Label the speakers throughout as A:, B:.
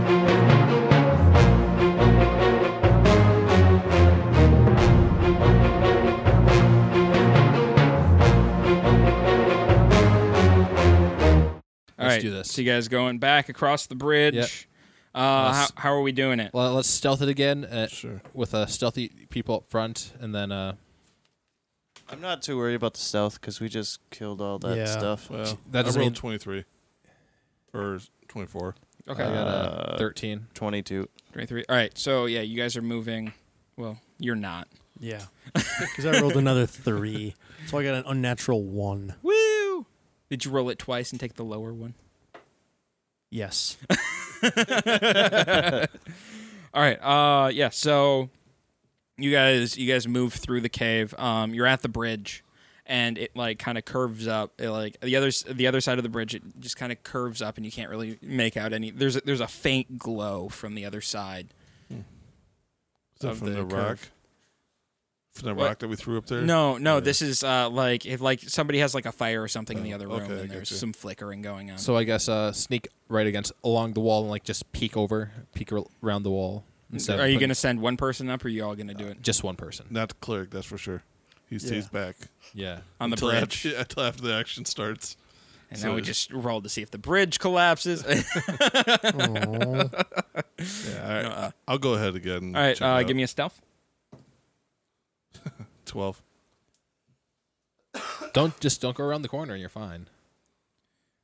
A: All
B: Let's
A: right,
B: do this.
A: So you guys going back across the bridge?
B: Yep.
A: Uh, how,
B: Let's-
A: how are we doing it?
B: Well, let's stealth it again uh,
C: Sure.
B: with uh, stealthy people up front, and then uh,
D: I'm not too worried about the stealth because we just killed all that
C: Yeah.
D: stuff.
C: Well,
B: That
C: I
B: doesn't
C: rolled
B: mean-
C: 23 or 24.
A: Okay.
B: I got a
D: Uh,
B: thirteen.
D: 22.
A: 23. All right. So yeah, you guys are moving. Well, you're not.
C: Yeah. Because I rolled another three. So I got an unnatural one.
A: Woo! Did you roll it twice and take the lower one?
C: Yes.
A: All right. Uh, yeah. So you guys, you guys move through the cave. Um, you're at the bridge, and it like kind of curves up. It, like the other, s- the other side of the bridge, it just kind of curves up, and you can't really make out any. There's a, there's a faint glow from the other side.
C: Is that
A: Of
C: from
A: the
C: the, rock?
A: curve.
C: From the
A: What?
C: rock that we threw up there?
A: No, no.
C: Or-
A: This is uh, like if like somebody has like a fire or something in the
C: Oh,
A: other room,
C: okay, I
A: and there's
C: gotcha.
A: some flickering going on.
B: So I guess uh, sneak right against along the wall and like just peek over, peek ar- around the wall. Instead of
A: are you
B: putting-
A: gonna send one person up, or are you all gonna do it
B: just one person?
C: Not the cleric, that's for sure. He stays Yeah. back.
B: Yeah.
A: on the
C: until
A: bridge?
C: After, until after the action starts.
A: And
C: So
A: then we
C: it's-
A: just roll to see if the bridge collapses.
C: Aw. yeah, all right.
A: No, uh,
C: I'll go ahead again.
A: all right, uh, give me a stealth.
C: 12.
B: Don't just don't go around the corner. You're fine.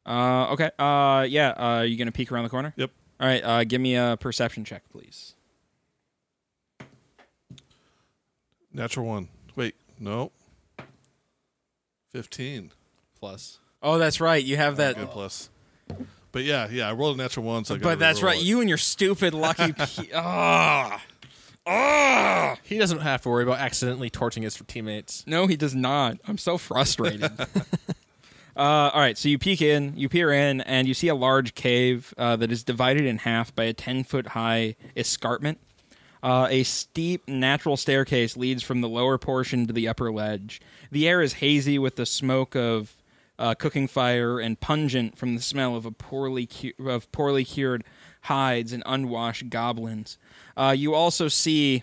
A: Uh, okay. Uh, yeah. Uh, you gonna peek around the corner?
C: Yep.
A: All right. Uh, give me a perception check, please.
C: Natural one. Wait, no. 15.
B: Plus.
A: Oh, that's right. You have that.
C: Good plus. But yeah, yeah, I rolled a natural one, so I gotta
A: but that's
C: reroll
A: right.
C: it.
A: You and your stupid lucky. Pe- oh. Oh.
B: He doesn't have to worry about accidentally torching his teammates.
A: No, he does not. I'm so frustrated. uh, all right, so you peek in, you peer in, and you see a large cave uh, that is divided in half by a 10 foot high escarpment. Uh, a steep, natural staircase leads from the lower portion to the upper ledge. The air is hazy with the smoke of uh, cooking fire and pungent from the smell of a poorly cu- of poorly cured hides and unwashed goblins. Uh, you also see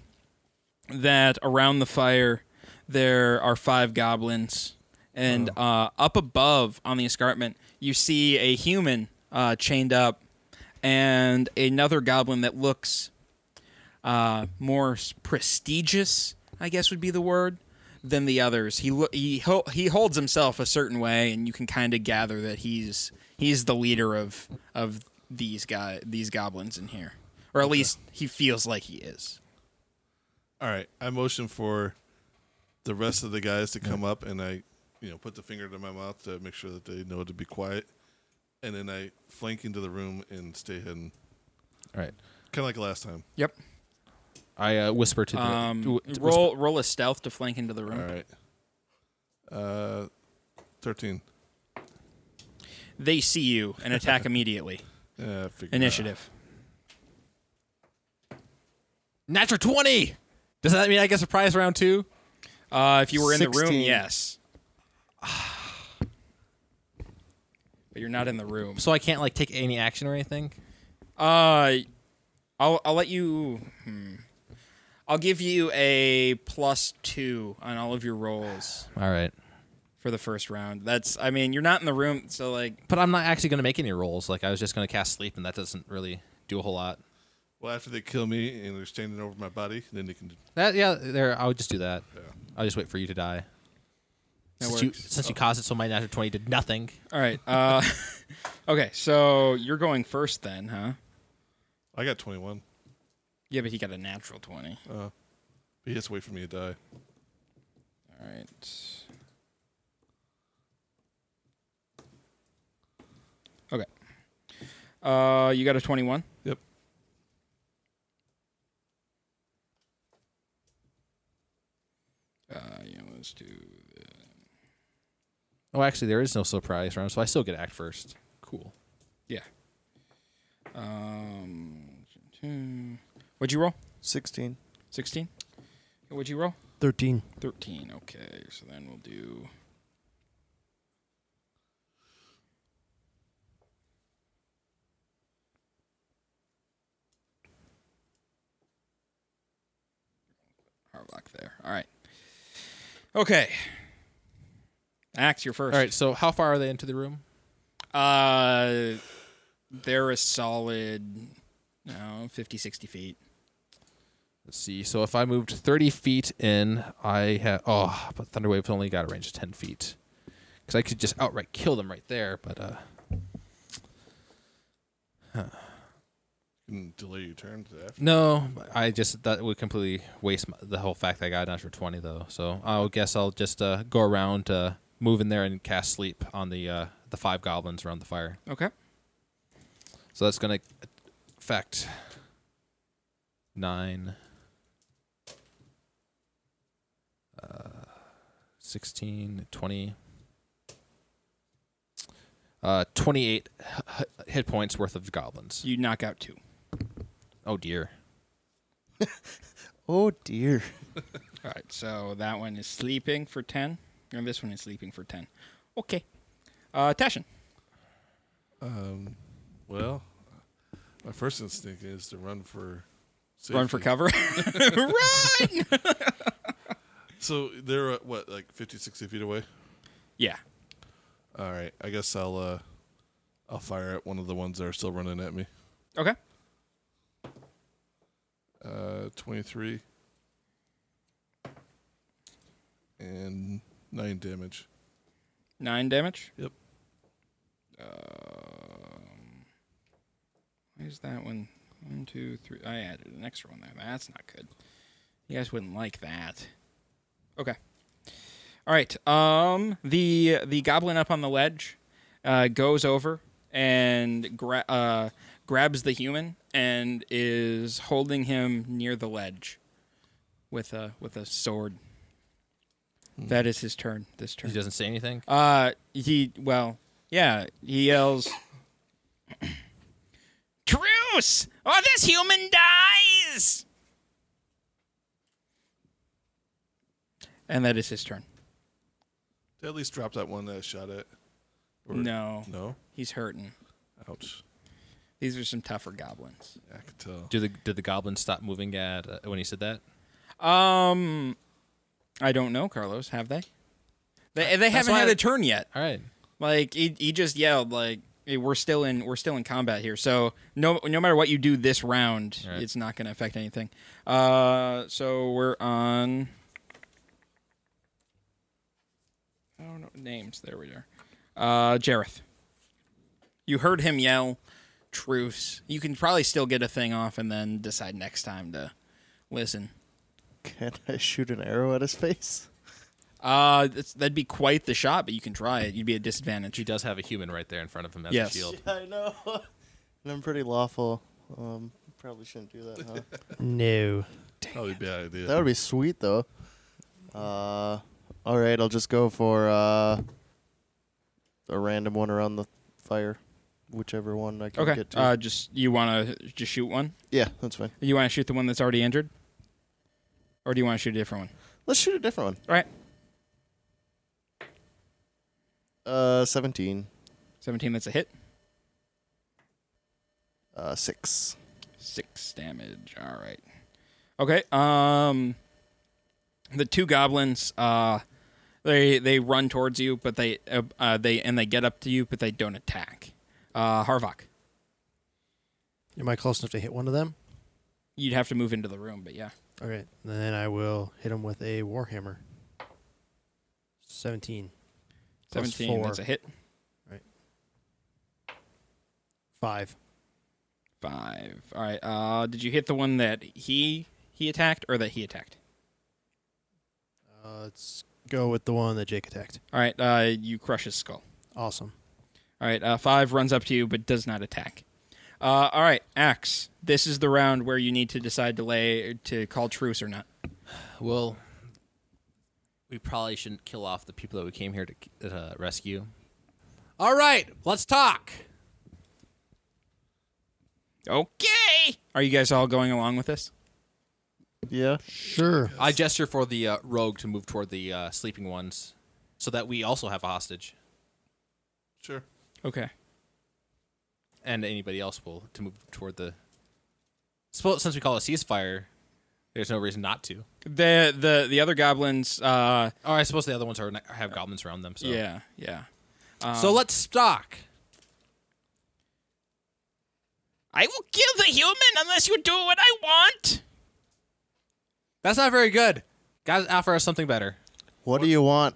A: that around the fire there are five goblins, and uh, up above on the escarpment you see a human uh, chained up, and another goblin that looks uh, more s- prestigious, I guess would be the word, than the others. He lo- he ho- he holds himself a certain way, and you can kind of gather that he's he's the leader of of these guy these goblins in here, or at least he feels like he is.
C: All right, I motion for the rest of the guys to come up, and I, you know, put the finger to my mouth to make sure that they know to be quiet, and then I flank into the room and stay hidden,
B: All right.
C: kind of like last time.
A: Yep.
B: I uh, whisper to the
A: Um,
B: w- to whisper-
A: roll roll a stealth to flank into the room.
C: All right, uh, thirteen.
A: They see you and attack immediately.
C: Yeah, I figured
A: Initiative.
B: natural twenty. Does that mean I get surprise round two?
A: Uh, if you were in the room,
D: 16.
A: yes. but you're not in the room.
B: So I can't like take any action or anything.
A: Uh, I'll I'll let you. Hmm. I'll give you a plus two on all of your rolls
B: All right.
A: for the first round. That's I mean you're not in the room, so like
B: But I'm not actually gonna make any rolls. Like I was just gonna cast sleep, and that doesn't really do a whole lot.
C: Well, after they kill me and they're standing over my body, then they can.
B: That yeah, there. I would just do that. I'll just wait for you to die.
A: That
B: since you
A: works.
B: since you caused it, so my natural twenty did nothing.
A: all right. Uh, okay, so you're going first then, huh?
C: I got twenty-one.
A: Yeah, but he got a natural twenty.
C: But he has to wait for me to die.
A: All right. Okay. Uh, you got a twenty-one.
C: Yep.
A: Uh, yeah, let's do.
B: Oh, actually, there is no surprise round, so I still get to act first. Cool.
A: Yeah. Um, two. What'd you roll?
D: 16.
A: 16? What'd you roll?
C: 13.
A: 13. Okay, so then we'll do. Okay. Axe, you're first.
B: All right. So how far are they into the room?
A: Uh, they're a solid, no, 50, 60 feet.
B: Let's see. So if I moved 30 feet in, I have. Oh, but Thunderwave's only got a range of 10 feet. Because I could just outright kill them right there, but uh,
C: You can delay your turn to that.
B: no, I just that would completely waste my, the whole fact that I got an extra twenty though. So I will guess I'll just uh, go around, uh, move in there, and cast sleep on the uh, the five goblins around the fire.
A: Okay.
B: So that's gonna affect nine, uh, 16, 20, uh, 28 h- h- hit points worth of goblins.
A: You knock out two.
B: Oh dear.
D: Oh dear.
A: All right. So that one is sleeping for 10, and this one is sleeping for 10. Okay. Uh, Tashin.
C: Um, well, my first instinct is to run for safety.
A: Run for cover. Run!
C: So they're uh, what, like 50, 60 feet away?
A: yeah.
C: All right. I guess I'll uh, I'll fire at one of the ones that are still running at me.
A: Okay.
C: Uh, 23 and 9 damage.
A: Nine damage.
C: Yep.
A: Um, where's that one? One, two, three. I added an extra one there. That's not good. You guys wouldn't like that. Okay. All right. Um, the the goblin up on the ledge uh, goes over and gra- uh, grabs the human and is holding him near the ledge with a with a sword. That is his turn. This turn.
B: He doesn't say anything.
A: Uh, he well, yeah, he yells, "Truce! Or this human dies!" And that is his turn.
C: Did I at least drop that one that I shot at? Or-
A: No,
C: No?
A: he's hurting.
C: Ouch.
A: These are some tougher goblins.
C: I could tell.
B: Do the did the goblins stop moving at uh, when he said that?
A: Um, I don't know, Carlos. Have they? They they haven't
B: why
A: had
B: I-
A: a turn yet.
B: All right.
A: Like he, he just yelled like hey, we're still in we're still in combat here. So no no matter what you do this round,
B: All right.
A: it's not going to affect anything. Uh, so we're on. I don't know names. There we are. Uh, Jareth. You heard him yell, "Truce." You can probably still get a thing off, and then decide next time to listen.
D: Can I shoot an arrow at his face?
A: Uh, that's, that'd be quite the shot, but you can try it. You'd be at disadvantage.
B: He does have a human right there in front of him as
A: Yes.
B: a shield.
D: I know. and I'm pretty lawful. Um, probably shouldn't do that, huh?
E: No.
C: Probably a bad idea.
D: that would be sweet, though. Uh, all right, I'll just go for uh, a random one around the fire, whichever one I can
A: Okay.
D: get to.
A: Uh, just you want to just shoot one.
D: yeah, that's fine.
A: You want to shoot the one that's already injured, or do you want to shoot a different one?
D: Let's shoot a different
A: All right.
D: one. Uh, 17,
A: Seventeen. That's a hit.
D: uh, 6.
A: Six damage. All right. Okay. Um, the two goblins. Uh, they they run towards you, but they uh, uh they and they get up to you, but they don't attack. Uh, Harvok.
E: Am I close enough to hit one of them?
A: You'd have to move into the room, but yeah.
E: All right. Then I will hit him with a warhammer. 17. Plus
A: Seventeen.
E: four.
A: That's a hit.
E: 5.
A: Five. All right. Uh, did you hit the one that he he attacked or that he attacked?
E: Uh, let's go with the one that Jake attacked.
A: All right. Uh, you crush his skull.
E: Awesome.
A: All right, uh, five runs up to you but does not attack. Uh, all right, axe. This is the round where you need to decide to lay to call truce or not.
B: Well, we probably shouldn't kill off the people that we came here to uh, rescue. All right, let's talk.
A: Okay. Are you guys all going along with this?
D: Yeah.
E: Sure.
B: I gesture for the uh, rogue to move toward the uh, sleeping ones, so that we also have a hostage,
C: Sure.
A: Okay.
B: and anybody else will to move toward the. Suppo- Since we call a ceasefire, There's no reason not to.
A: The the the other goblins. Uh,
B: Or I suppose the other ones are have goblins around them. So
A: Yeah, yeah. Um,
B: so let's stock.
A: I will kill the human unless you do what I want.
B: That's not very good. Guys, offer us something better.
D: What do you want?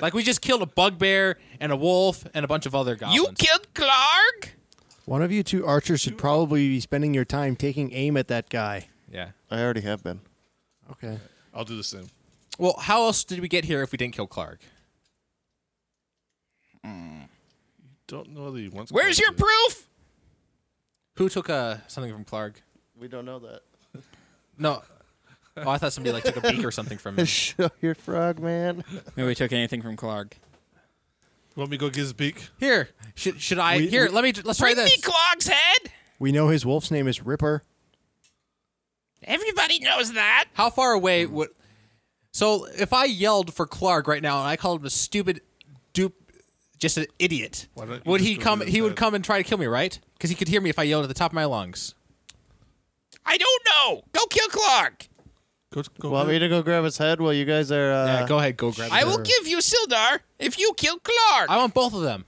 B: Like we just killed a bugbear and a wolf and a bunch of other goblins.
A: killed Clark.
E: One of you two archers should probably be spending your time taking aim at that guy.
B: yeah.
D: I already have been.
E: Okay.
C: I'll do the same.
B: Well, how else did we get here if we didn't kill Clark?
C: Don't know the once.
A: Where's your proof?
B: Who took uh, something from Clark?
D: We don't know that.
B: No. Oh, I thought somebody like took a beak or something from him.
D: Show your frog, man.
A: Nobody took anything from Clark.
C: Want me to go get his beak?
B: Here, should should I?
E: We-
B: here,
E: we-
B: let me let's try this.
A: Clark's head.
E: We know his wolf's name is Ripper.
A: Everybody knows that.
B: How far away would? So if I yelled for Clark right now and I called him a stupid dupe, just an idiot,
C: Why don't you
B: would
C: just
B: he
C: go
B: come?
C: do
B: He would
C: that?
B: come and try to kill me, right? Because he could hear me if I yelled at the top of my lungs.
A: I don't know. Go kill Clark.
C: Go, go
D: Want me to go grab his head while you guys are? Uh,
B: yeah, go ahead, go grab.
A: I
B: it.
A: will give you Sildar if you kill Clark.
B: I want both of them.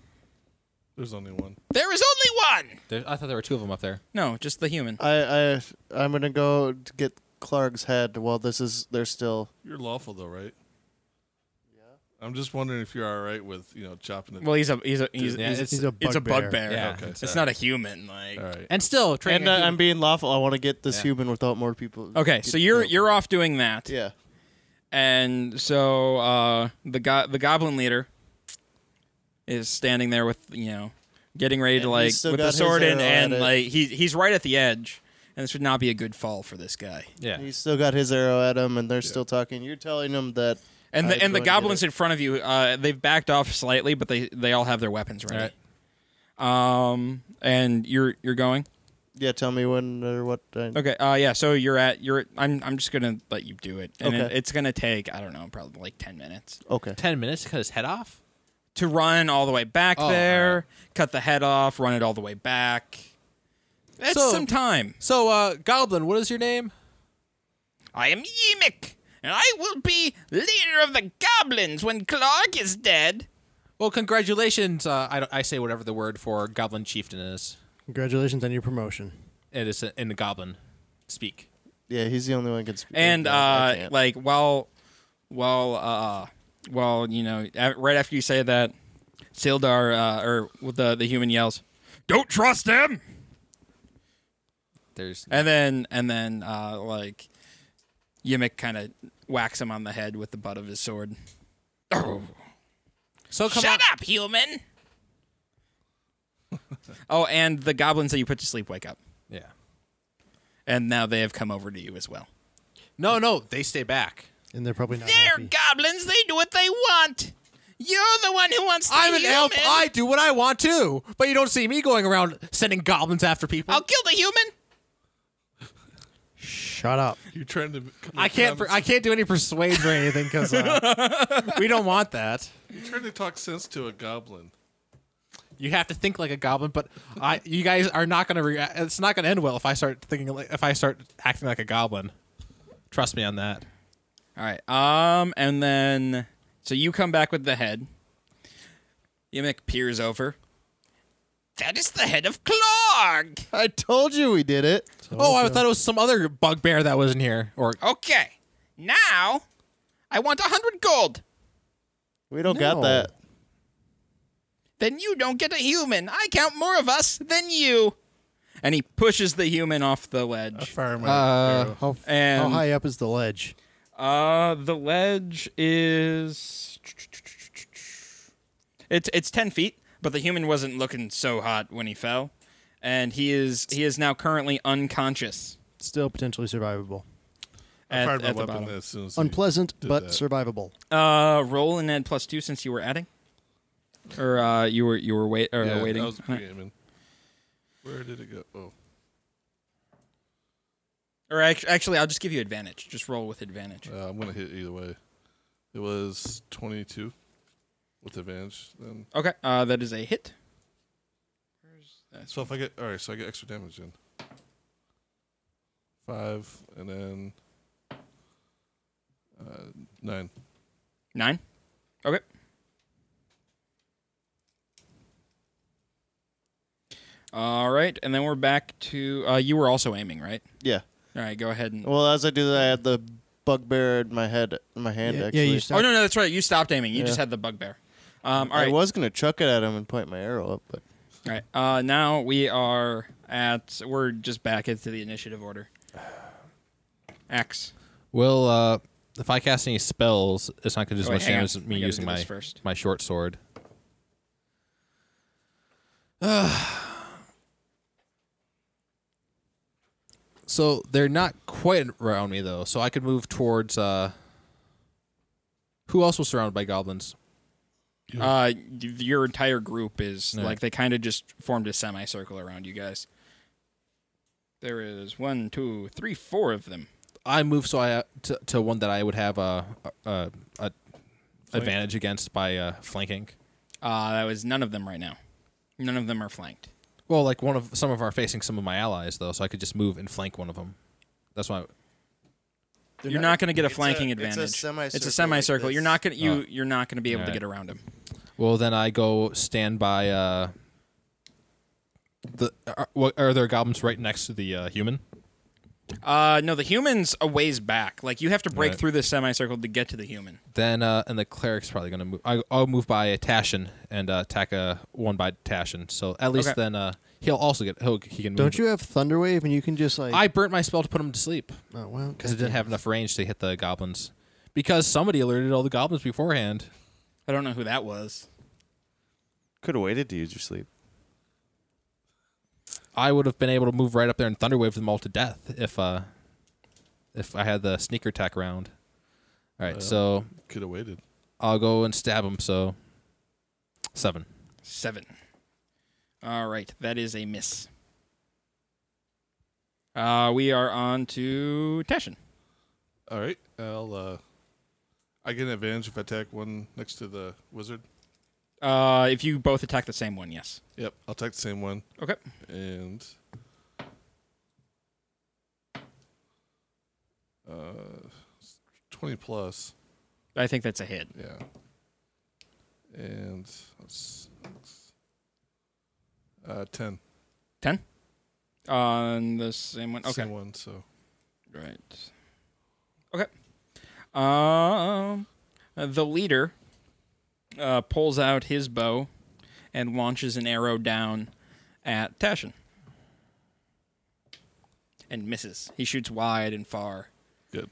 C: There's only one.
A: there is only one.
B: There, I thought there were two of them up there.
A: No, just the human.
D: I, I, I'm gonna go to get Clark's head while this is. They're still.
C: You're lawful though, right? Yeah. I'm just wondering if you're all right with you know chopping it.
A: Well, he's a he's a he's,
B: Yeah,
A: he's, it's,
B: it's-
E: he's a
A: a
E: bugbear.
A: bugbear.
B: Yeah.
C: okay.
A: It's not a human. Like.
C: all right.
B: And still, training
D: And
B: a
D: uh,
B: human-
D: I'm being lawful. I want to get this
B: Yeah.
D: human without more people.
A: Okay,
D: get
A: so you're
D: killed.
A: you're off doing that.
D: Yeah.
A: And so uh, the go- the goblin leader is standing there with you know, getting ready to
D: And
A: like
D: he's still
A: with the
D: got his
A: sword in,
D: arrow
A: and
D: at it.
A: like he he's right at the edge, and this would not be a good fall for this guy.
B: yeah.
D: He's still got his arrow at him, and they're still talking. You're telling him that.
A: And
D: I'd
A: the, and
D: go
A: the
D: get
A: goblins
D: it.
A: in front of you, uh, they've backed off slightly, but they they all have their weapons ready. Um, and you're you're going.
D: Yeah, tell me when or what. I,
A: Okay. Uh, yeah. So you're at you're. At, I'm I'm just gonna let you do it, and
D: Okay.
A: it, it's gonna take I don't know probably like ten minutes.
D: okay.
B: Ten minutes to cut his head off.
A: to run all the way back
B: Oh,
A: there, cut the head off, run it all the way back. That's
B: So-
A: some time.
B: So, uh, Goblin, what is your name?
A: I am Yimik, and I will be leader of the goblins when Clark is dead.
B: Well, congratulations. Uh, I, don't- I say whatever the word for Goblin Chieftain is.
E: Congratulations on your promotion.
B: It is in the Goblin speak.
D: Yeah, he's the only one who can speak.
A: And
D: No, I
A: uh,
D: can't.
A: like while, while uh, while you know, a- right after you say that, Sildar uh, or with the the human yells, "Don't trust him!"
B: There's
A: And then and then uh, like Yimik kind of whacks him on the head with the butt of his sword.
B: so come on.
A: Shut up, human. oh, and the goblins that you put to sleep wake up,
B: Yeah.
A: and now they have come over to you as well.
B: No, no, they stay back.
E: And they're probably not happy.
A: goblins. They do what they want. You're the one who wants.
B: I'm an elf. I do what I want to. But you don't see me going around sending goblins after people.
A: kill the human.
E: Shut up.
C: You're trying to.
B: I can't. per- I can't do any persuades or anything because uh, we don't want that.
C: You're trying to talk sense to a goblin.
B: You have to think like a goblin, but I. You guys are not gonna. Re- it's not gonna end well if I start thinking. Like, if I start acting like a goblin, trust me on that.
A: All right. Um, and then so you come back with the head. Yimik peers over. That is the head of Clark.
D: I told you we did it.
B: Oh, I thought it was some other bugbear that was in here. Or
A: Okay. Now, I want a hundred gold.
D: We don't got
E: No.
D: that.
A: Then you don't get a human. I count more of us than you. And he pushes the human off the ledge.
E: Fire my
B: Uh,
E: how, how
A: and-
E: high up is the ledge?
A: Uh, the ledge is it's it's ten feet, but the human wasn't looking so hot when he fell, and he is he is now currently unconscious.
E: Still potentially survivable.
C: I
A: at-
C: fired my
A: at the
C: weapon
A: bottom.
C: as soon as. he-
E: Unpleasant,
C: did
E: but
C: that.
E: survivable.
A: Uh, roll an ed plus two since you were adding, or uh, you were you were wait or
C: yeah,
A: waiting.
C: I was pre-aiming. Where did it go? Oh,
A: Or act- actually, I'll just give you advantage. Just roll with advantage.
C: uh, I'm gonna hit either way. It was 22 with advantage. Then
A: Okay, uh, that is a hit.
C: so if I get all right, so I get extra damage in. Five and then uh, Nine.
A: Nine. Okay. All right, and then we're back to uh, you were also aiming, right?
D: Yeah.
A: All right, go ahead
B: Oh,
A: and. Oh,
D: Well, as I do that, I had the bugbear in my head, in my hand.
E: Yeah, yeah,
D: actually,
E: you
A: Oh no, no, that's right. You stopped aiming. You
D: Yeah.
A: just had the bugbear. Um, all
D: I
A: right, all
D: was gonna chuck it at him and point my arrow up, but
A: right. Uh, now we are at. We're just back into the initiative order. Axe.
B: Will uh, if I cast any spells, it's not going to do as
A: Oh, wait,
B: much
A: hang
B: damage
A: on.
B: as me
A: I gotta
B: using
A: do this
B: my
A: first.
B: my short sword. so they're not quite around me though, so I could move towards. Uh, who else was surrounded by goblins?
A: Uh, y- your entire group is
B: Yeah.
A: like they kind of just formed a semicircle around you guys. There is one, two, three, four of them.
B: I move so I uh, to, to one that I would have a, a, a advantage against by uh, flanking.
A: Uh, that was none of them right now. None of them are flanked.
B: Well, like one of some of are facing some of my allies though, so I could just move and flank one of them. That's why.
A: You're not, going to get a
D: It's a-
A: flanking
D: it's a
A: advantage.
D: semicircle like
A: semicircle. you're
D: this.
A: not going to you. You're not going to be able to
B: Alright.
A: get around him.
B: Well, then I go stand by. Uh, the are, what, are there goblins right next to the uh, human?
A: Uh, no, the humans a ways back. Like you have to break
B: Right.
A: through this semicircle to get to the human.
B: Then uh, and the cleric's probably gonna move. I, I'll move by a Tashin and uh, attack a one by Tashin. So at least
A: Okay.
B: then uh, he'll also get. He'll, he can. Move.
E: Don't you have Thunderwave and you can just like?
B: I burnt my spell to put him to sleep
E: oh, well,
B: because it didn't have enough range to hit the goblins. Because somebody alerted all the goblins beforehand.
A: I don't know who that was.
D: could have waited to use your sleep.
B: I would have been able to move right up there and thunderwave them all to death if uh if I had the sneaker attack round. All
E: Oh,
B: right, so
C: Could have waited.
B: I'll go and stab him. So seven.
A: Seven. All right, that is a miss. Uh, we are on to Tashin.
C: All right. I'll. Uh, I get an advantage if I attack one next to the wizard.
A: Uh, if you both attack the same one, yes.
C: Yep. I'll attack the same one.
A: Okay.
C: And. Uh, twenty plus.
A: I think that's a hit.
C: Yeah. And let's, uh, ten.
A: On the same one. Okay.
C: Same one. So
A: Right. Okay. Um, the leader uh, pulls out his bow and launches an arrow down at Tashin. And misses. He shoots wide and far.
C: good.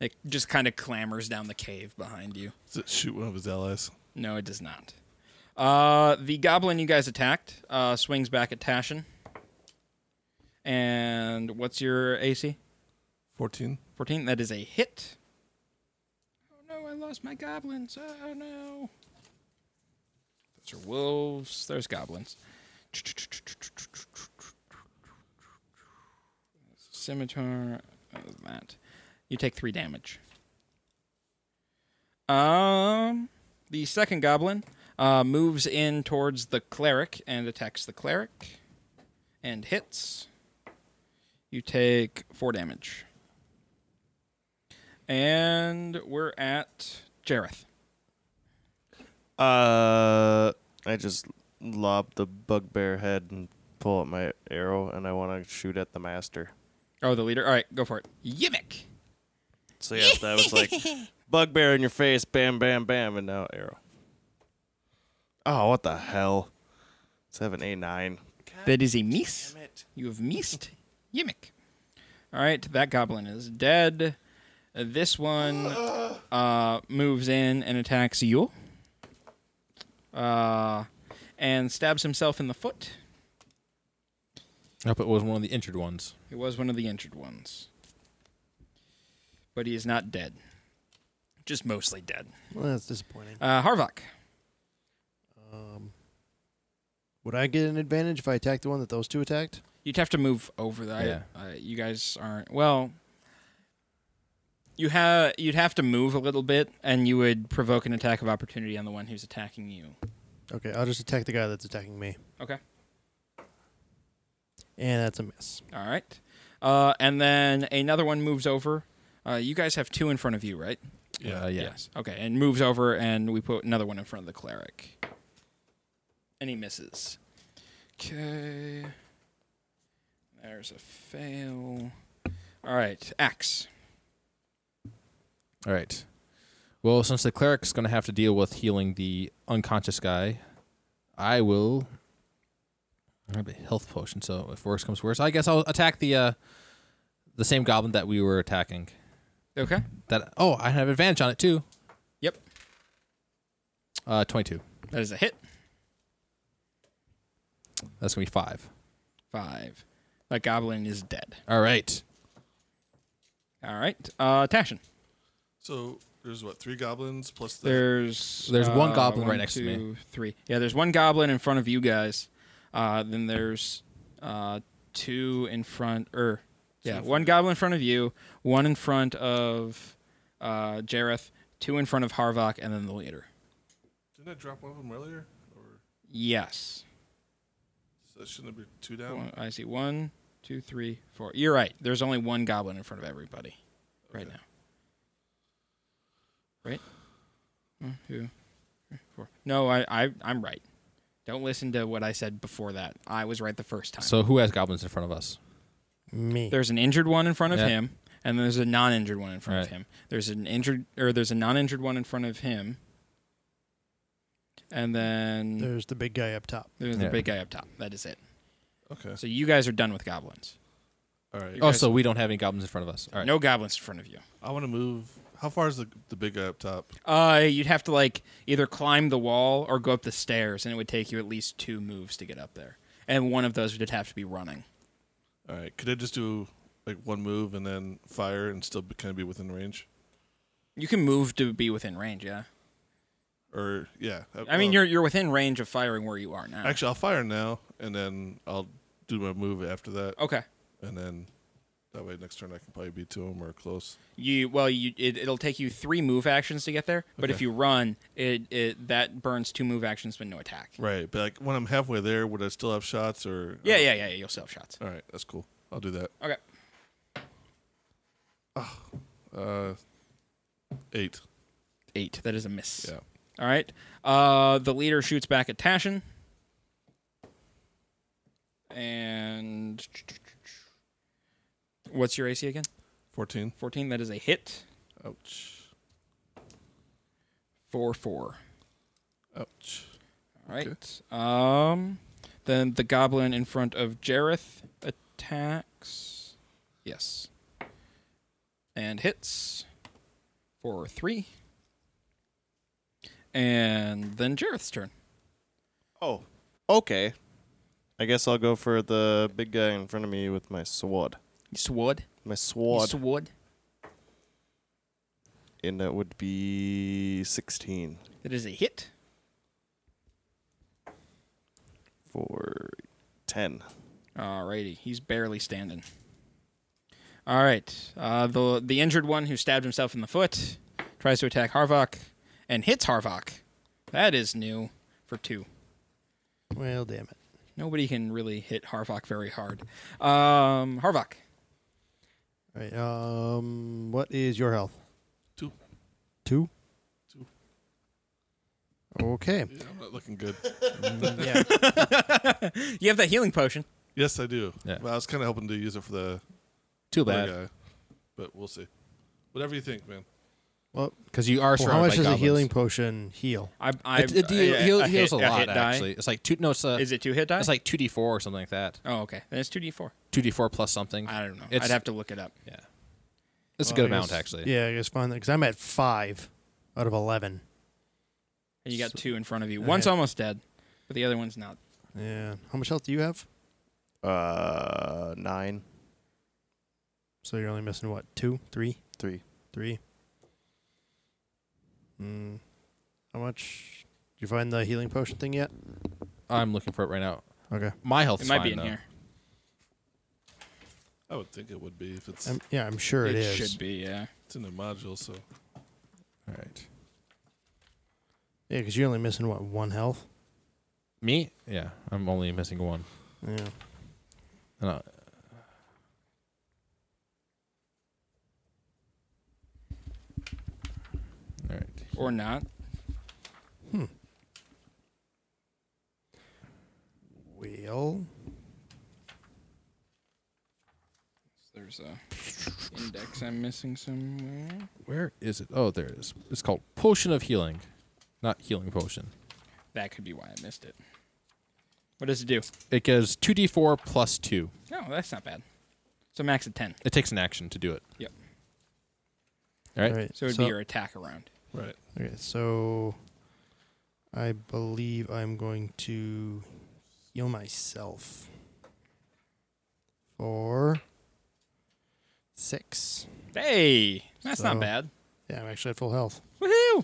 A: It just kind of clamors down the cave behind you.
C: Does it shoot one of his allies?
A: No, it does not. Uh, the goblin you guys attacked uh, swings back at Tashin. And what's your AC?
C: Fourteen.
A: 14. That is a hit. Oh no, I lost my goblins. Oh no. Those are wolves. There's goblins. Scimitar. That was that. You take three damage. Um, the second goblin uh, moves in towards the cleric and attacks the cleric and hits. You take four damage. And we're at Jareth.
D: Uh, I just lob the bugbear head and pull out my arrow, and I want to shoot at the master.
A: Oh, the leader. All right, go for it. Yimmick.
D: So yeah, that was like bugbear in your face, bam, bam, bam, and now arrow. Oh, what the hell? Seven, eight, nine.
A: That is a miss. You have missed Yimmick. All right, that goblin is dead. Uh, This one uh, moves in and attacks Yule. Uh, and stabs himself in the foot.
B: Nope, it was one of the injured ones.
A: He was one of the injured ones. But he is not dead. Just mostly dead.
E: Well, that's disappointing.
A: Uh, Harvok.
E: Um, would I get an advantage if I attack the one that those two attacked?
A: You'd have to move over that.
B: Yeah.
A: Uh, you guys aren't well. You have you'd have to move a little bit, and you would provoke an attack of opportunity on the one who's attacking you.
E: Okay, I'll just attack the guy that's attacking me,
A: Okay.
E: and that's a miss.
A: All right. Uh, and then another one moves over Uh, you guys have two in front of you, right?
C: Yeah.
B: Uh, yeah.
A: Yes. Okay, and moves over, and we put another one in front of the cleric. And he misses. Okay. There's a fail. All right, axe.
B: All right. Well, since the cleric's going to have to deal with healing the unconscious guy, I will. I have a health potion, so if worse comes worse, I guess I'll attack the uh, the same goblin that we were attacking.
A: Okay.
B: That oh, I have advantage on it too.
A: Yep.
B: Uh, twenty-two.
A: That is a hit.
B: That's gonna be five.
A: Five. That goblin is dead.
B: All right.
A: All right. Uh, Tashin.
C: So there's what three goblins plus the
A: There's
B: There's one
A: uh,
B: goblin right
A: one,
B: next to me.
A: two, Three. Yeah, there's one goblin in front of you guys. Uh, then there's uh, two in front, or yeah, one goblin in front of you, one in front of uh, Jareth, two in front of Harvok, and then the leader.
C: didn't I drop one of them earlier? Or
A: Yes.
C: so that shouldn't have been two down.
A: One- I see one, two, three, four. You're right. There's only one goblin in front of everybody right now. Right? One, two, three, four. No, I, I, I'm right. Don't listen to what I said before that. I was right the first time.
B: So who has goblins in front of us?
E: Me.
A: there's an injured one in front of
B: Yeah.
A: him, and there's a non-injured one in front of
B: Right.
A: him. There's an injured or there's a non-injured one in front of him, and then there's,
E: There's the big guy up top.
A: the
B: Yeah.
A: big guy up top. That is it.
C: Okay.
A: So you guys are done with goblins.
C: All right.
A: You
B: Oh,
A: guys-
B: so we don't have any goblins in front of us. All right.
A: No goblins in front of you.
C: I want to move. How far is the the big guy up top?
A: Uh, you'd have to like either climb the wall or go up the stairs, and it would take you at least two moves to get up there. And one of those would have to be running.
C: All right. Could I just do like one move and then fire and still be, kind of be within range?
A: You can move to be within range, yeah.
C: Or yeah. uh,
A: I mean,
C: well,
A: you're you're within range of firing where you are now.
C: actually I'll fire now and then I'll do my move after that
A: okay.
C: and then that way next turn I can probably be to him or close.
A: You well, you it, it'll take you three move actions to get there, but if
C: Okay.
A: you run, it, it that burns two move actions but no attack.
C: Right. But like when I'm halfway there, would I still have shots or?
A: Yeah, yeah, yeah, yeah. You'll self shots.
C: All right. That's cool. I'll do that. Ah,
A: Okay.
C: Uh, eight.
A: Eight. That is a miss.
C: Yeah.
A: All right. Uh, the leader shoots back at Tashin. And what's your AC again?
C: 14.
A: 14. That is a hit.
C: Ouch.
A: 4 4.
C: Ouch.
A: All right. Um, then the goblin in front of Jareth attacks. Yes. And hits. 4 3. And then Jareth's turn.
D: Oh. Okay. I guess I'll go for the big guy in front of me with my sword.
A: Sword.
D: My sword.
A: Sword.
D: and that would be 16
A: That is a hit.
D: for 10.
A: Alrighty, he's barely standing. All right, uh, the the injured one who stabbed himself in the foot tries to attack Harvok and hits Harvok. That is new for two.
E: Well, damn it.
A: Nobody can really hit Harvok very hard. Um, Harvok,
E: All right. Um, what is your health?
C: Two.
E: Two.
C: Two.
E: Okay.
C: Yeah, I'm not looking good.
E: yeah.
A: you have that healing potion.
C: yes, I do.
B: Yeah.
C: Well, I was kind of hoping to use it for the
B: Too
C: other
B: bad.
C: guy, but we'll see. Whatever you think, man.
B: Because you are
E: Well,
B: surrounded
E: how
B: by
E: much does
B: goblins.
E: a healing potion heal?
A: I, I,
B: It, it,
A: I-
B: heal-
A: a hit-
B: heals a lot
A: hit die.
B: actually. It's like two. No, it's a,
A: Is it two hit die?
B: It's like two d four or something like that.
A: oh, okay. Then it's two d four.
B: Two d four plus something.
A: I don't know.
B: It's-
A: I'd have to look it up.
B: Yeah, it's a
E: Well,
B: good
E: I
B: amount
E: guess-
B: actually.
E: Yeah, I guess fine. Because I'm at five out of eleven.
A: And you got two in front of you.
E: I
A: One's
E: had-
A: almost dead, but the other one's not.
E: Yeah. How much health do you have?
D: Uh 9
E: So you're only missing what? Two, three,
D: 3.
E: three. Mm. How much? Did you find the healing potion thing yet?
B: I'm looking for it right now.
E: Okay.
B: My health.
A: It might be in here.
C: I would think it would be if it's
E: I'm, yeah, I'm sure it is.
A: should be, yeah.
C: it's in a module. So
B: All right.
E: Yeah, because you're only missing what? One health.
B: Me? Yeah, I'm only missing one.
E: Yeah.
B: And I-
A: or not.
E: Well,
A: There's a index I'm missing somewhere.
B: Where is it? Oh, there it is. It's called Potion of Healing, not Healing Potion.
A: That could be why I missed it. What does it do?
B: It gives 2d4 plus 2.
A: Oh, that's not bad. So max of ten.
B: It takes an action to do it.
A: Yep.
B: All right.
A: So it'd be your attack around.
C: Right.
E: Okay, so I believe I'm going to heal myself for six.
A: Hey, that's
E: So-
A: not bad.
E: Yeah, I'm actually at full health.
A: Woohoo!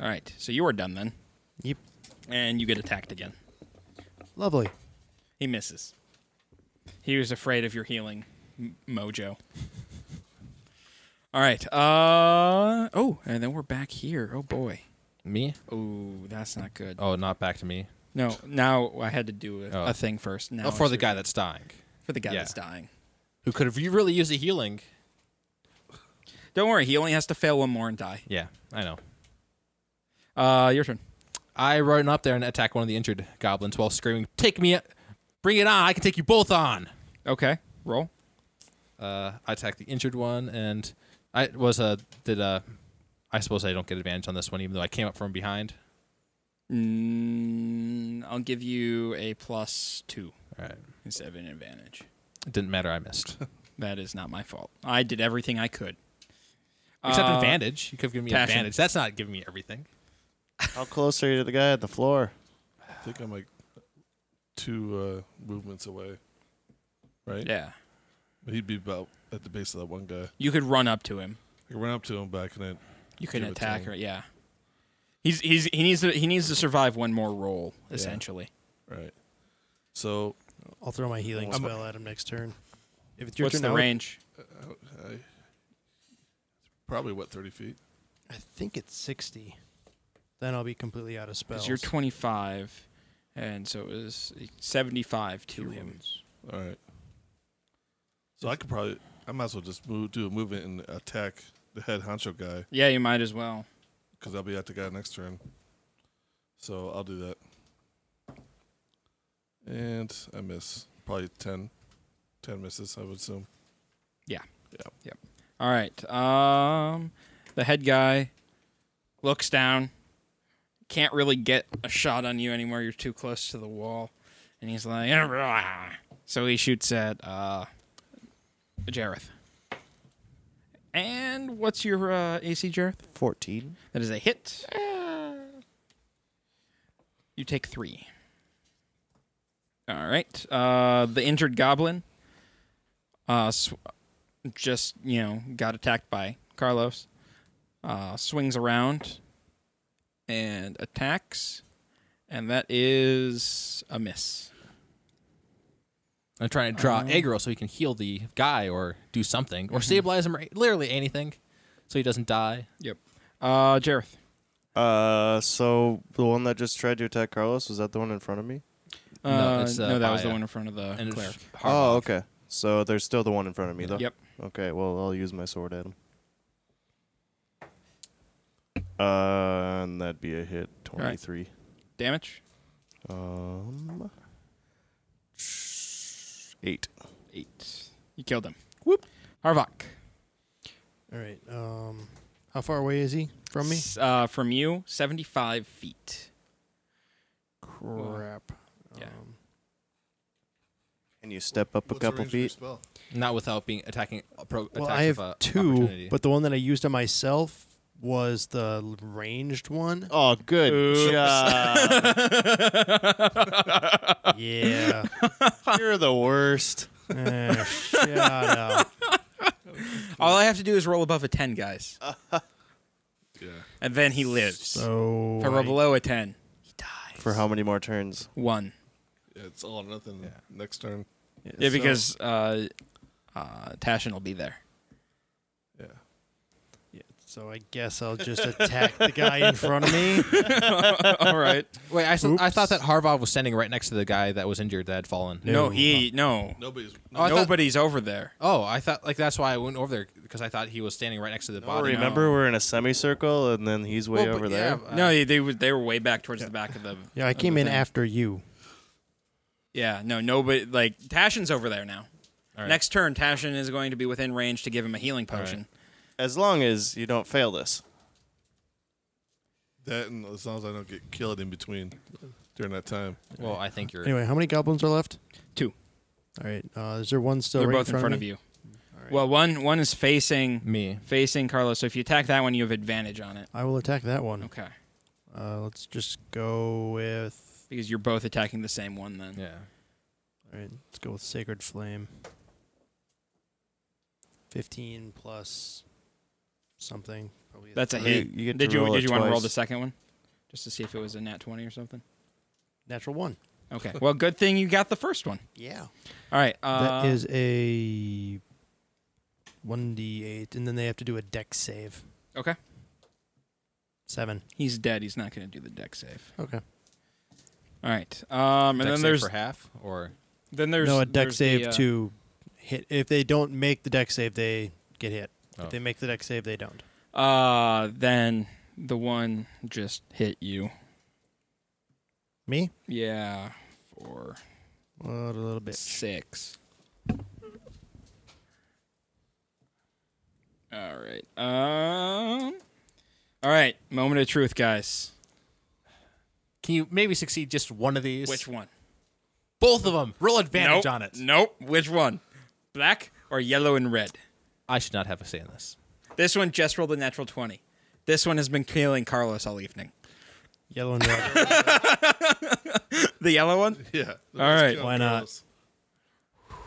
A: All right, so you are done then,
E: Yep.
A: and you get attacked again.
E: Lovely.
A: He misses. He was afraid of your healing m- mojo. All right. Uh oh, and then we're back here. Oh boy.
B: Me?
A: Oh, that's not good.
B: Oh, not back to me.
A: No, now I had to do a,
B: Oh.
A: a thing first. Now
B: Oh, for
A: it's
B: the
A: your-
B: guy that's dying.
A: for the guy
B: yeah.
A: that's dying.
B: Who could have you really used a healing?
A: Don't worry, he only has to fail one more and die.
B: Yeah, I know.
A: Uh, your turn.
B: I run up there and attack one of the injured goblins while screaming, "Take me! Bring it on! I can take you both on!"
A: Okay, roll.
B: Uh, I attack the injured one, and I was uh, did uh, I suppose I don't get advantage on this one, even though I came up from behind.
A: Mm, I'll give you a plus two
B: All right,
A: instead of an advantage.
B: it didn't matter. I missed.
A: That is not my fault. I did everything I could.
B: Except
A: Uh,
B: advantage. You could have given me
A: passion.
B: advantage. That's not giving me everything.
D: How close are you to the guy at the floor?
C: I think I'm like two uh, movements away. Right.
A: Yeah,
C: He'd be about at the base of that one guy.
A: you could run up to him.
C: I run up to him back and I
A: You can
C: Give it to
A: attack
C: him.
A: her. Yeah. He's he's he needs to he needs to survive one more roll essentially.
C: right. So
E: I'll throw my healing
C: I'm-
E: spell at him next turn. If it's your
A: What's
E: turn,
A: the
E: now,
A: range?
C: I, I probably what thirty feet.
E: I think it's sixty. Then I'll be completely out of
A: Because
E: spells.
A: you're 25, and so it was 75 to him.
C: All right. So I could probably I might as well just move do a movement and attack the head honcho guy
A: Yeah, you might as well.
C: because I'll be at the guy next turn. So I'll do that. And I miss probably 10, 10 misses I would assume.
A: All right. Um, the head guy looks down, can't really get a shot on you anymore. You're too close to the wall, and he's like, "Arrgh." so he shoots at uh, Jareth. And what's your uh, AC, Jareth?
D: 14.
A: That is a hit. You take three. All right. Uh, the injured goblin uh, sw- just, you know, got attacked by Carlos. Uh, swings around and attacks. And that is a miss.
B: I'm trying to draw
E: Uh-huh.
B: aggro so he can heal the guy or do something or stabilize him or literally anything, so he doesn't die.
A: Yep. Uh, Jareth.
D: Uh, so the one that just tried to attack Carlos, was that the one in front of me?
A: Uh,
B: No,
A: no,
B: it's, uh,
A: that was the
B: Baya.
A: one in front of the
B: And it's
A: cleric.
B: hard
D: Oh,
B: luck.
D: okay. So there's still the one in front of me, though?
A: Yep.
D: Okay, well, I'll use my sword at him. Uh, and that'd be a hit.
A: right.
D: 23.
A: Damage?
D: Um, eight.
A: Eight. You killed him. Whoop. Harvok.
E: All right. Um, how far away is he from me?
A: S- Uh, from you, 75 feet.
E: Crap.
A: Yeah.
E: Um,
D: Can you step up a couple feet?
B: Not without being attacking. Pro,
E: well,
B: attacks
E: I have
B: of, uh,
E: two,
B: opportunity.
E: but the one that I used on myself was the l- ranged one.
D: Oh, good job.
E: yeah.
D: You're the worst.
E: Eh, shut up.
A: All I have to do is roll above a 10, guys.
C: Yeah.
A: And then he lives.
E: So
A: if I roll
E: I-
A: below a 10, he dies.
D: For how many more turns?
A: One.
C: yeah. It's all or nothing
B: Yeah.
C: next turn.
A: Yeah,
E: so-
A: because uh, uh, Tashin will be there.
C: Yeah.
E: So I guess I'll just attack the guy in front of me.
A: All right.
B: Wait, I, s- I
E: Oops.
B: thought that Harvov was standing right next to the guy that was injured that had fallen.
A: No, he no.
C: Nobody's.
B: Oh, I thought-
A: Nobody's over there.
B: Oh, I thought like that's why I went over there because I thought he was standing right next to the
D: Oh,
B: body.
D: remember, we're in a semicircle, and then he's way
B: Well, but
D: over there.
B: yeah, uh,
A: no, they, they were they were way back towards the back of the.
E: Yeah, I
A: of the
E: came in
A: thing.
E: after you.
A: Yeah, no, nobody. Like Tashin's over there now.
B: All right.
A: Next turn, Tashin is going to be within range to give him a healing
B: All right.
A: potion.
D: As long as you don't fail this.
C: That and as long as I don't get killed in between during that time.
B: Well, I think you're.
E: Anyway, how many goblins are left?
A: Two.
E: All right. Uh, is there one still?
A: They're
E: right
A: both in front of,
E: me?
A: you.
E: All right.
A: Well, one one is facing
B: Me.
A: facing Carlos. So if you attack that one, you have advantage on it.
E: I will attack that one.
A: Okay,
E: Uh, let's just go with.
A: because you're both attacking the same one. Then
B: Yeah.
E: All right, let's go with Sacred Flame. Fifteen plus something. Probably
A: that's a
D: You-
A: hit.
D: you get to
A: did you
D: roll it
A: did you want to roll
D: twice.
A: the second one, just to see if it was a nat twenty or something?
E: natural one.
A: Okay. Well, good thing you got the first one.
E: Yeah.
A: All right. Uh,
E: that is a one d eight, and then they have to do a deck save.
A: okay.
E: Seven.
A: He's dead. He's not going to do the deck save.
E: Okay.
A: All right. Um, and
B: Dex
A: then
B: save
A: there's
B: for half or
A: then there's
E: no, a deck
A: there's the,
E: save
A: uh,
E: to hit. If they don't make the deck save, they get hit.
B: Oh.
E: If they make the deck save, they don't.
A: Uh, then the one just hit you.
E: Me?
A: Yeah, for
E: What a little bit.
A: six. All right. Um. All right. Moment of truth, guys.
B: can you maybe succeed just one of these?
A: Which one?
B: Both of them. Roll advantage
A: nope.
B: on it.
A: Nope. Which one? Black or yellow and red?
B: I should not have a say in this.
A: This one just rolled a natural twenty. This one has been killing Carlos all evening.
E: Yellow and red.
A: The yellow one.
C: Yeah.
A: All right.
E: Why not?
C: not?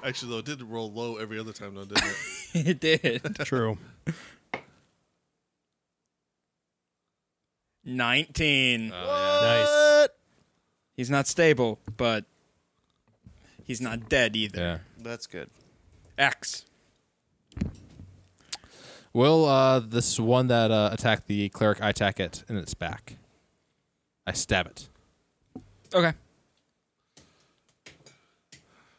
C: Actually, though, it did roll low every other time, though, didn't it?
A: it did.
E: True.
A: Nineteen.
E: Nice.
A: He's not stable, but he's not dead either.
B: Yeah.
D: That's good.
A: X.
B: Well, uh, this one that uh, attacked the cleric, I attack it in its back. I stab it.
A: Okay.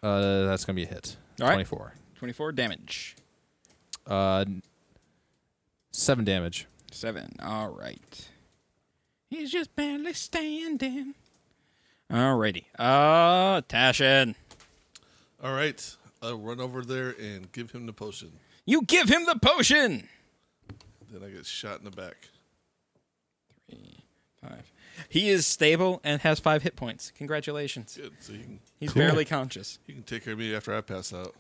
B: Uh, that's gonna be a hit.
A: All right.
B: Twenty-four.
A: 24 damage.
B: Uh, n- seven damage.
A: Seven. All right. He's just barely standing. Alrighty. Uh, Tashin.
C: All right. I'll run over there and give him the potion.
A: You give him the potion!
C: Then I get shot in the back.
A: Five. He is stable and has five hit points. Congratulations.
C: Good. So you can
A: He's barely conscious.
C: you can take care of me after I pass out.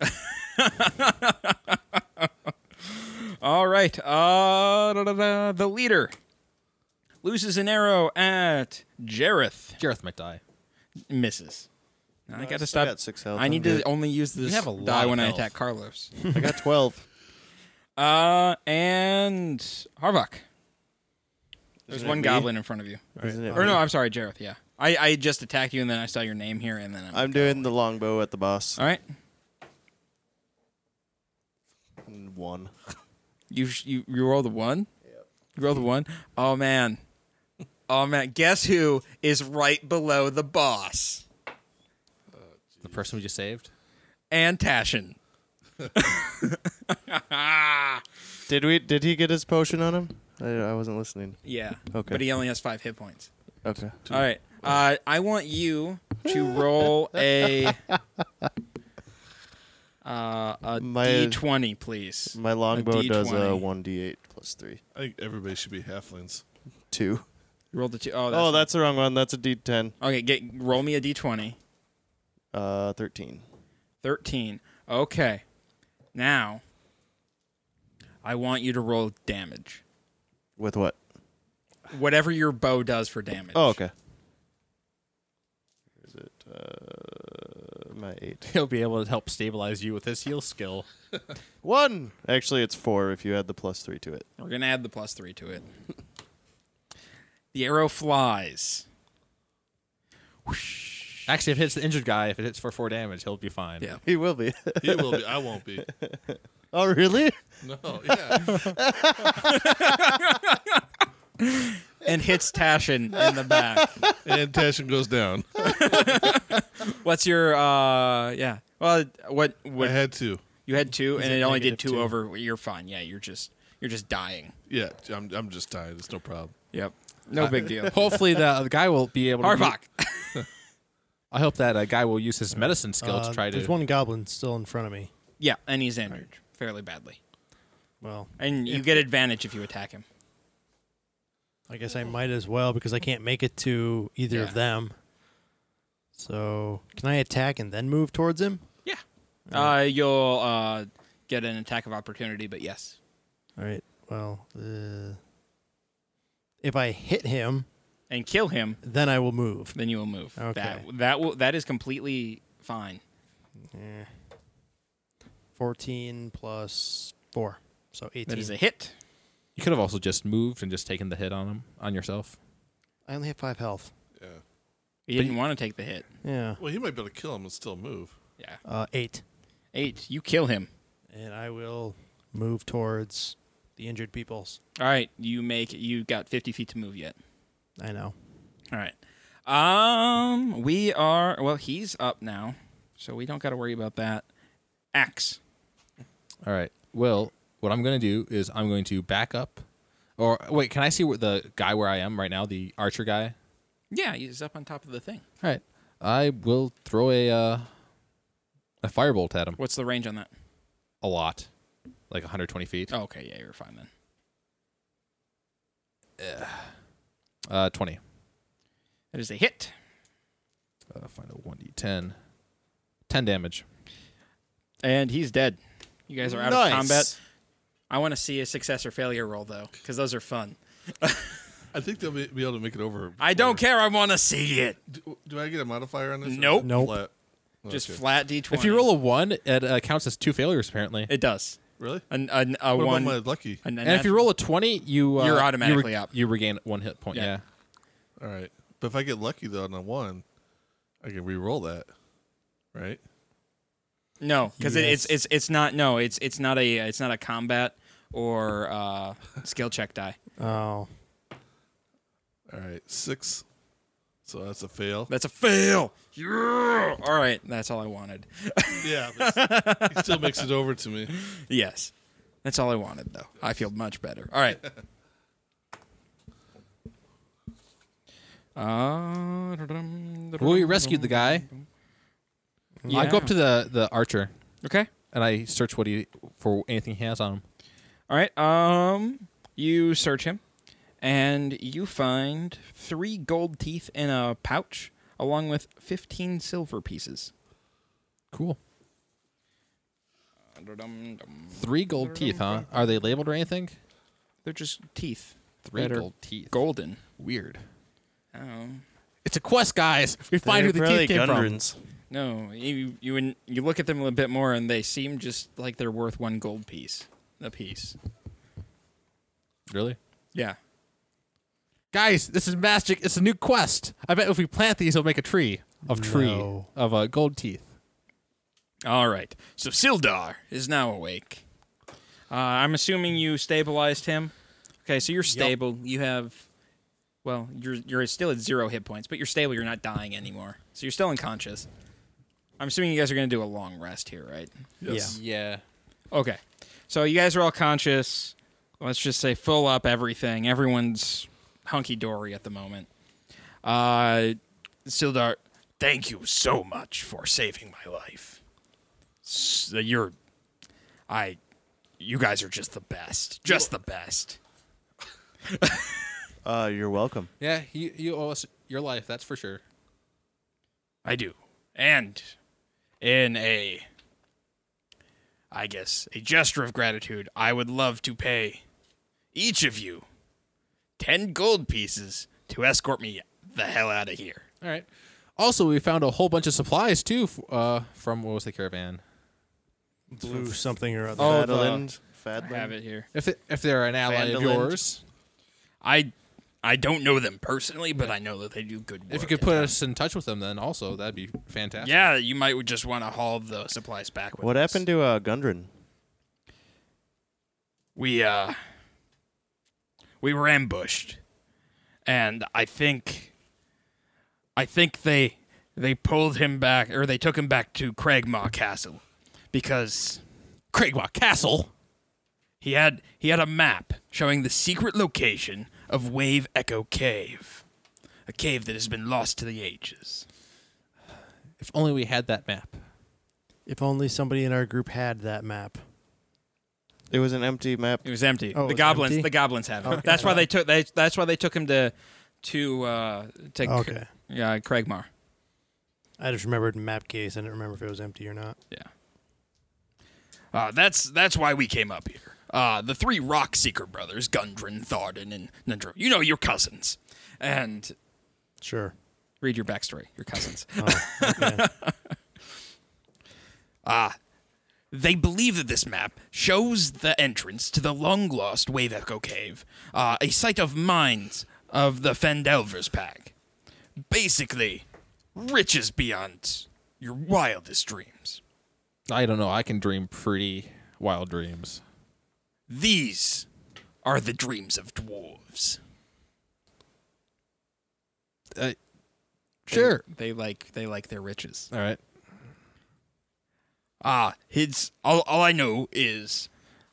A: All right. Uh, da, da, da, the leader loses an arrow at Jareth.
B: Jareth might die.
A: Misses. Now I got to
D: I
A: stop
D: got six health.
A: I
D: I'm
A: need
D: good.
A: to only use this
B: have a lot
A: die
B: of
A: when I
B: health.
A: attack Carlos.
D: I got twelve.
A: uh, and Harvok. There's
D: Isn't it
A: one
D: me?
A: goblin in front of you.
D: Isn't it
A: Or
D: me?
B: Oh.
A: no, I'm sorry, Jareth. Yeah, I, I just attacked you, and then I saw your name here, and then I'm,
D: I'm doing the longbow at the boss.
A: all right.
D: One.
A: You sh- you you roll the one. You roll the one. Oh man, oh man. Guess who is right below the boss?
B: The person we just saved.
A: And Tashin.
D: Did we? Did he get his potion on him? I, I wasn't listening.
A: Yeah.
D: Okay.
A: But he only has five hit points.
D: Okay.
A: All right. Uh, I want you to roll a uh, a
D: My-
A: twenty, please.
D: My longbow does a
A: D20.
D: one d8 plus three,
C: I think everybody should be halflings.
D: two.
A: Roll the two. Oh, that's,
D: Oh, that's the wrong one. That's a d10.
A: okay. Get roll me a d twenty.
D: Uh, thirteen.
A: Thirteen. Okay. Now, I want you to roll damage.
D: With what?
A: Whatever your bow does for damage.
D: Oh, okay. Where Is it uh, my eight?
B: He'll be able to help stabilize you with his heal skill.
D: One. Actually, it's four if you add the plus three to it.
A: We're gonna add the plus three to it. the arrow flies. Whoosh.
B: Actually, if it hits the injured guy, if it hits for four damage, he'll be fine.
A: Yeah.
D: He will be.
C: He will be. I won't be.
D: oh, really?
C: No. Yeah.
A: and hits Tashin in the back.
C: and Tashin goes down.
A: What's your uh yeah. Well what
C: I
A: what
C: had to.
A: you had two and
B: it
A: it only did
B: negative
A: two
B: two?
A: over you're fine. Yeah, you're just you're just dying.
C: Yeah. I'm, I'm just tired. It's no problem.
A: Yep.
D: Uh,
A: No big deal.
B: Hopefully, the, the guy will be able to.
A: Harvok.
B: I hope that uh, guy will use his medicine skill
E: Uh,
B: to try to.
E: There's one goblin still in front of me.
A: Yeah, and he's injured fairly badly.
E: Well,
A: And you get advantage if you attack him.
E: I guess I might as well because I can't make it to either
A: Yeah.
E: of them. So can I attack and then move towards him?
A: Yeah. Uh you'll uh get an attack of opportunity, but yes.
E: All right. Well, uh, if I hit him,
A: And kill him,
E: then I will move.
A: then you will move. That
E: Okay.
A: that will that is completely fine.
E: Eh. Fourteen plus four, so eighteen.
A: That is a hit.
B: you could have also just moved and just taken the hit on him on yourself.
E: I only have five health.
C: Yeah.
A: You didn't want to take the hit.
E: Yeah.
C: Well, he might be able to kill him and still move.
A: Yeah.
E: Uh, eight.
A: Eight. You kill him.
E: And I will move towards the injured peoples.
A: All right. You make you got fifty feet to move yet.
E: I know.
A: All right. Um, we are. Well, he's up now, so we don't got to worry about that. Axe.
B: All right. Well, what I'm going to do is I'm going to back up. Or wait, can I see where the guy where I am right now, the archer guy?
A: Yeah, he's up on top of the thing.
B: All right. I will throw a uh, a firebolt at him
A: What's the range on that?
B: a lot, like 120 feet.
A: Oh, okay. Yeah, you're fine then.
B: Uh, 20.
A: That is a hit.
B: Uh, find a 1d10. 10 damage.
A: And he's dead. You guys are out
B: Nice.
A: of combat. I want to see a success or failure roll though, because those are fun.
C: I think they'll be be able to make it over.
A: I don't care. I want to see it.
C: Do, do I get a modifier on this?
A: Nope.
E: Nope.
C: Flat?
A: Just
C: Okay.
A: flat d20.
B: If you roll a 1, it uh, counts as two failures, apparently.
A: it does.
C: Really?
A: An, an, a
C: What
A: one.
C: about my lucky?
A: an- an
B: and if you
A: nat-
B: roll a 20, you, uh,
A: You're
B: you re-
A: automatically up.
B: You regain one hit point.
A: Yeah.
B: Yeah.
C: All right. But if I get lucky though on a one, I can re-roll that, right?
A: No, because
E: Yes.
A: it's it's it's not no it's it's not a it's not a combat or uh, skill check die.
E: Oh.
C: All right, six. So that's a fail.
A: That's a fail. Yeah. All right, that's all I wanted.
C: yeah, but he still makes it over to me.
A: Yes, that's all I wanted though. I feel much better. All right. Uh,
B: Well, we rescued the guy. I go up to the, the archer
A: Okay.
B: and I search what he for anything he has on him.
A: All right. Um, you search him, and you find three gold teeth in a pouch, along with fifteen silver pieces.
B: Cool. Three gold teeth, huh? Are they labeled or anything?
A: They're just teeth.
B: Three
A: that are
B: gold teeth.
A: golden.
B: Weird.
A: Oh
B: It's a quest, guys. We find who the teeth came from.
A: no! You you and you look at them a little bit more, and they seem just like they're worth one gold piece a piece.
B: Really?
A: Yeah.
B: Guys, this is magic. It's a new quest. I bet if we plant these, it'll make a tree of tree
E: No.
B: of uh, gold teeth.
A: All right. So Sildar is now awake. Uh, I'm assuming you stabilized him. Okay, so you're stable. You have, well, you're you're still at zero hit points, but you're stable. You're not dying anymore, so you're still unconscious. I'm assuming you guys are going to do a long rest here, right?
E: Yes.
B: Yeah.
A: Okay. So you guys are all conscious. Let's just say full up everything. Everyone's hunky dory at the moment. Uh Sildar, thank you so much for saving my life. S- you're I you guys are just the best. Just the best.
D: Uh, you're welcome.
B: Yeah. You you owe us your life. That's for sure.
A: I do. And in a I guess a gesture of gratitude, I would love to pay each of you 10 gold pieces to escort me the hell out of here.
B: All right. Also, we found a whole bunch of supplies too. f- Uh, from what was the caravan?
E: Blue something or other.
A: Oh, the-
D: Fadland. Fadland.
A: it here.
B: If it, if they're an ally
D: Vandalind.
B: of yours,
A: I I don't know them personally, but I know that they do good work.
B: If you could put us in touch with them, then also that'd be fantastic.
A: yeah, you might just want to haul the supplies back. With
D: What
A: us.
D: happened to uh, Gundren?
A: we uh we were ambushed and i think i think they they pulled him back or they took him back to cragmaw castle because
B: Craigwalk Castle.
A: he had he had a map showing the secret location of wave echo cave a cave that has been lost to the ages
B: If only we had that map.
E: If only somebody in our group had that map.
D: It was an empty map.
A: it was empty
E: Oh, it
A: the
E: was
A: goblins
E: empty?
A: the goblins have it
E: Okay.
A: that's why they took they, that's why they took him to to uh to Cr-
E: Okay.
A: yeah cragmaw
E: I just remembered map case. I didn't remember if it was empty or not.
A: Yeah. Uh, that's that's why we came up here. Uh, the three rock seeker brothers, Gundren, Tharden, and Nundro. You know your cousins. And
E: Sure.
A: read your backstory. Your cousins.
E: Okay.
A: Uh, they believe that this map shows the entrance to the long lost Wave Echo Cave, uh, a site of mines of the Fendelvers Pack. Basically, riches beyond your wildest dreams.
B: I don't know. I can dream pretty wild dreams.
A: These are the dreams of dwarves.
B: Uh, sure.
A: They, like they like their riches.
B: All right.
A: Ah, his all, all I know is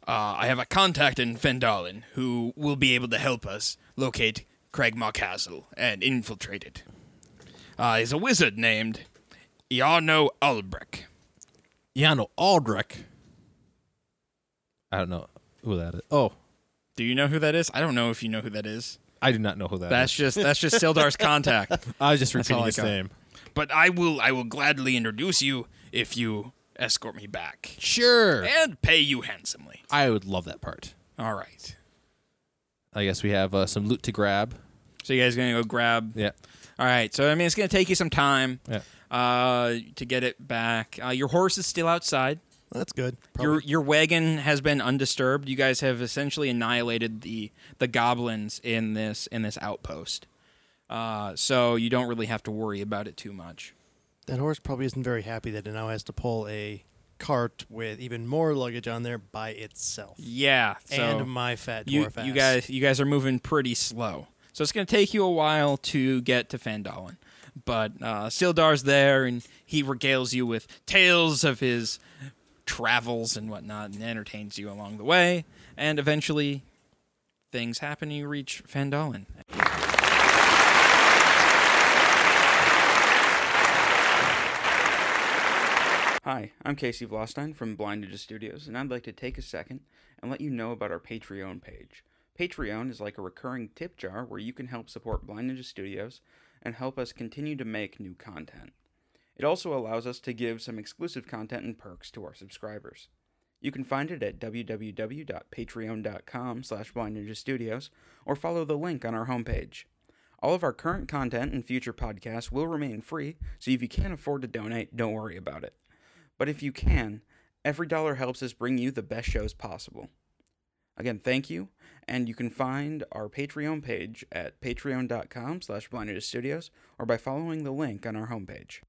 A: uh, I have a contact in Fendalin who will be able to help us locate Cragmaw Castle and infiltrate it. Uh, he's a wizard named Iano Albrecht.
B: Yano Aldrich. I don't know who that is. Oh,
A: Do you know who that is? I don't know if you know who that is.
B: I do not know who that
A: That's
B: is.
A: just that's just Sildar's contact.
B: I was just
A: all
B: repeating
A: I
B: his
A: got.
B: name.
A: But I will I will gladly introduce you if you escort me back
B: Sure.
A: and pay you handsomely.
B: I would love that part.
A: All right.
B: I guess we have uh, some loot to grab.
A: So you guys gonna go grab?
B: Yeah.
A: All right. So I mean, it's gonna take you some time.
B: Yeah.
A: uh, to get it back. Uh, your horse is still outside.
E: That's good.
A: Your your wagon has been undisturbed. You guys have essentially annihilated the the goblins in this in this outpost. Uh, so you don't really have to worry about it too much.
E: that horse probably isn't very happy that it now has to pull a cart with even more luggage on there by itself.
A: Yeah. So
E: and my fat dwarf
A: you
E: ass.
A: you guys you guys are moving pretty slow. So it's going to take you a while to get to Fandolin. But uh, Sildar's there, and he regales you with tales of his travels and whatnot, and entertains you along the way. And eventually, things happen. and You reach Fandolin.
F: Hi, I'm Casey Vlostein from Blind Ninja Studios, and I'd like to take a second and let you know about our Patreon page. Patreon is like a recurring tip jar where you can help support Blind Ninja Studios and help us continue to make new content. It also allows us to give some exclusive content and perks to our subscribers. You can find it at www.patreon.com slash Blind Ninja Studios or follow the link on our homepage. All of our current content and future podcasts will remain free, so if you can't afford to donate, don't worry about it. But if you can, every dollar helps us bring you the best shows possible. Again, thank you, and you can find our Patreon page at patreon.com slash Blinded Studios or by following the link on our homepage.